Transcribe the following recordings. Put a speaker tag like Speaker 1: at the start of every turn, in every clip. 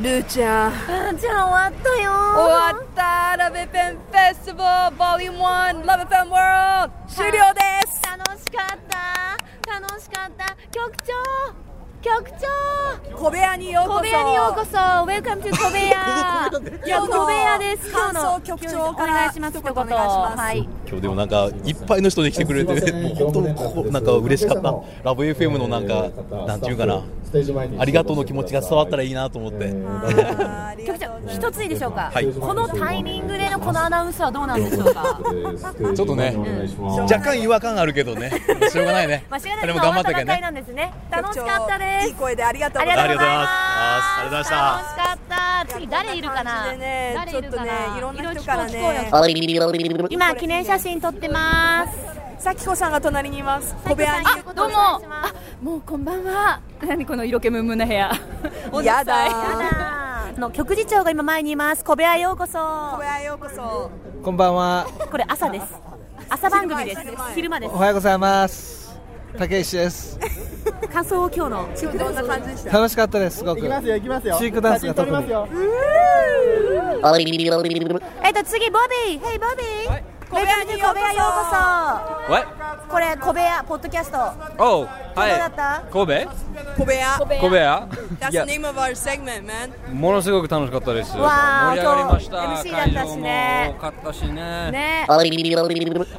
Speaker 1: ルーちゃん
Speaker 2: あじゃあ終わったよ
Speaker 1: 終わったラベペンフェスティバルボリューム1ラベペンワールド終了です
Speaker 2: 楽しかった楽しかった局長局長
Speaker 1: 小部屋にようこそ
Speaker 2: 小部屋にようこそ Welcome to 小部屋
Speaker 1: いや
Speaker 2: 今日小部屋です
Speaker 1: 感想
Speaker 2: 今
Speaker 1: 局
Speaker 2: 日の
Speaker 1: 長から
Speaker 2: お願いします
Speaker 1: 一
Speaker 2: 一
Speaker 1: 言
Speaker 2: 言
Speaker 1: お願いします
Speaker 2: はい
Speaker 3: 今日でもなんかいっぱいの人で来てくれて、
Speaker 4: すいません
Speaker 3: もう本当にここなんか嬉しかったラブ FM のなんか、なんていうかなありがとうの気持ちが伝わったらいいなと思って、
Speaker 1: あーありが
Speaker 2: 局
Speaker 1: とうござい
Speaker 2: 長
Speaker 1: ます
Speaker 2: 一ついいでしょうか、
Speaker 3: はい
Speaker 2: このタイミングでのこのアナウンスはどうなんでしょう か
Speaker 3: ちょっとね若干違和感あるけど ねしょうがないね
Speaker 2: 間違いな
Speaker 3: あ
Speaker 2: く
Speaker 3: れも
Speaker 2: 今終わったば
Speaker 3: 頑張ったけど
Speaker 2: かり
Speaker 3: ね
Speaker 2: なんですね楽しかったです
Speaker 1: いい声でありがとう
Speaker 2: あ
Speaker 1: ご
Speaker 2: り
Speaker 1: ざい
Speaker 2: が
Speaker 1: ます
Speaker 2: とうございます。
Speaker 3: ありがと
Speaker 2: 楽
Speaker 3: うございます
Speaker 2: しかった。次誰いるか
Speaker 1: こんな感
Speaker 2: な。
Speaker 1: じでね
Speaker 2: 誰いる
Speaker 1: ち
Speaker 2: か
Speaker 1: ょっとね
Speaker 2: な。
Speaker 1: いろんな人からね
Speaker 2: いろいろ聞こうよ聞こうよ今記念写真撮ってます。
Speaker 1: さきこさんが隣にいます小部屋に
Speaker 2: あどうも。あもうこんばんは。何この色気ムンムンな部屋。
Speaker 1: やだ
Speaker 2: の局次長が今前にいます。小部屋ようこそ。
Speaker 1: 小部屋ようこそ
Speaker 5: こんばんは。
Speaker 2: これ朝です。朝番組です
Speaker 1: 昼前。
Speaker 2: 昼間で
Speaker 5: お
Speaker 2: す。
Speaker 5: はようございます。竹石です。
Speaker 2: 感想を今日の。
Speaker 1: どんな感じでした
Speaker 5: 楽しかったです。すごく。
Speaker 4: 行きますよ行きますよ
Speaker 5: チークダンスが特に
Speaker 4: 写真撮りますよ
Speaker 2: えっと次ボビー。Hey ボビー。
Speaker 1: 小部屋にようこそ
Speaker 2: 小部屋よう
Speaker 6: What?
Speaker 2: こそ。これ小部屋ポッドキャスト。
Speaker 6: Oh,
Speaker 2: どうだ
Speaker 6: は
Speaker 2: っ
Speaker 6: い。神戸
Speaker 1: 小部屋
Speaker 6: 神戸や
Speaker 1: That's
Speaker 6: い
Speaker 1: the
Speaker 6: や、
Speaker 1: name of our segment man
Speaker 6: ものすごく楽しかったです。盛
Speaker 2: わー
Speaker 6: り上がりました。
Speaker 2: 今日 MC だったしね
Speaker 6: 会場も多かったしね。
Speaker 2: ね。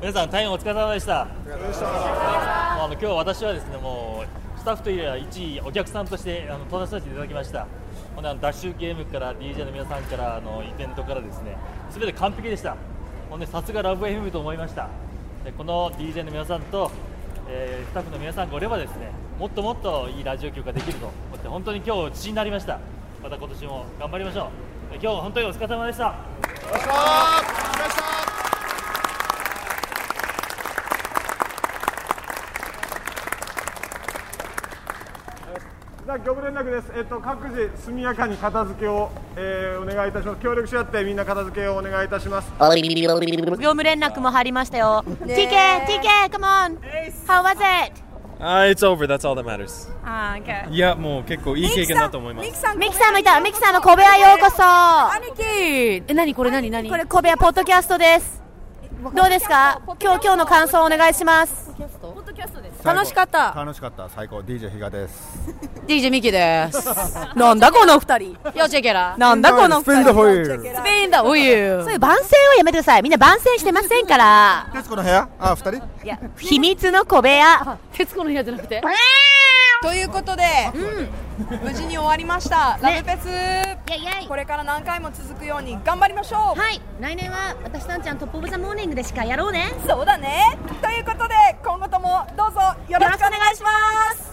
Speaker 7: 皆さん大変お疲れ様でした。あの今日私はですねもうスタッフというよりは一お客さんとしてあの登壇させていただきました。ほんであのダッシュゲームから DJ の皆さんからあのイベントからですね全て完璧でした。ほんでさすがラブ FM と思いました。でこの DJ の皆さんと、えースタッフの皆さんがおればですねもっともっといいラジオ局ができると思って本当に今日自信になりました。また今年も頑張りましょう。で今日は本当にお疲れ様でした。
Speaker 8: じゃあ業務連絡です、えっと、各自速やかに片付けを、えーお願いいたします協力し合ってみんな片付けをお願いいたします
Speaker 2: 業務連絡も入りましたよ。TK、TK、come on。How was it?
Speaker 9: あ、It's over, that's all that matters.
Speaker 2: あー、okay。
Speaker 9: いや、もう結構いい経験だと思います。
Speaker 1: す
Speaker 2: ミキさんもいた、ミキさんも小部屋ようこそ。
Speaker 1: 兄貴
Speaker 2: え、なにこれなになにこれ小部屋ポッドキャストです。どうですか今日、今日の感想お願いします。
Speaker 1: 楽しかった
Speaker 4: 楽しかった最高 DJ 比嘉です
Speaker 10: DJ ミキです。
Speaker 1: なんだこの二人
Speaker 10: よチェケラ。
Speaker 1: なんだこの二人
Speaker 4: スピンドホイール
Speaker 1: ス
Speaker 10: ペインだ、おゆ
Speaker 2: そういう番宣をやめてください。みんな番宣してませんから。
Speaker 4: 徹子の部屋あ二人
Speaker 2: いや、秘密の小部屋。
Speaker 10: 徹子の部屋じゃなくて。
Speaker 1: ということで、無事に終わりました、ラブフェ
Speaker 2: イェイイェ
Speaker 1: ス
Speaker 2: イ
Speaker 1: こ。れから何回も続くように頑張りましょう、
Speaker 2: はい、来年は私たんちゃんトップオブザモーニングでしかやろうね。
Speaker 1: そうだねということで今後ともどうぞよろしくお願いします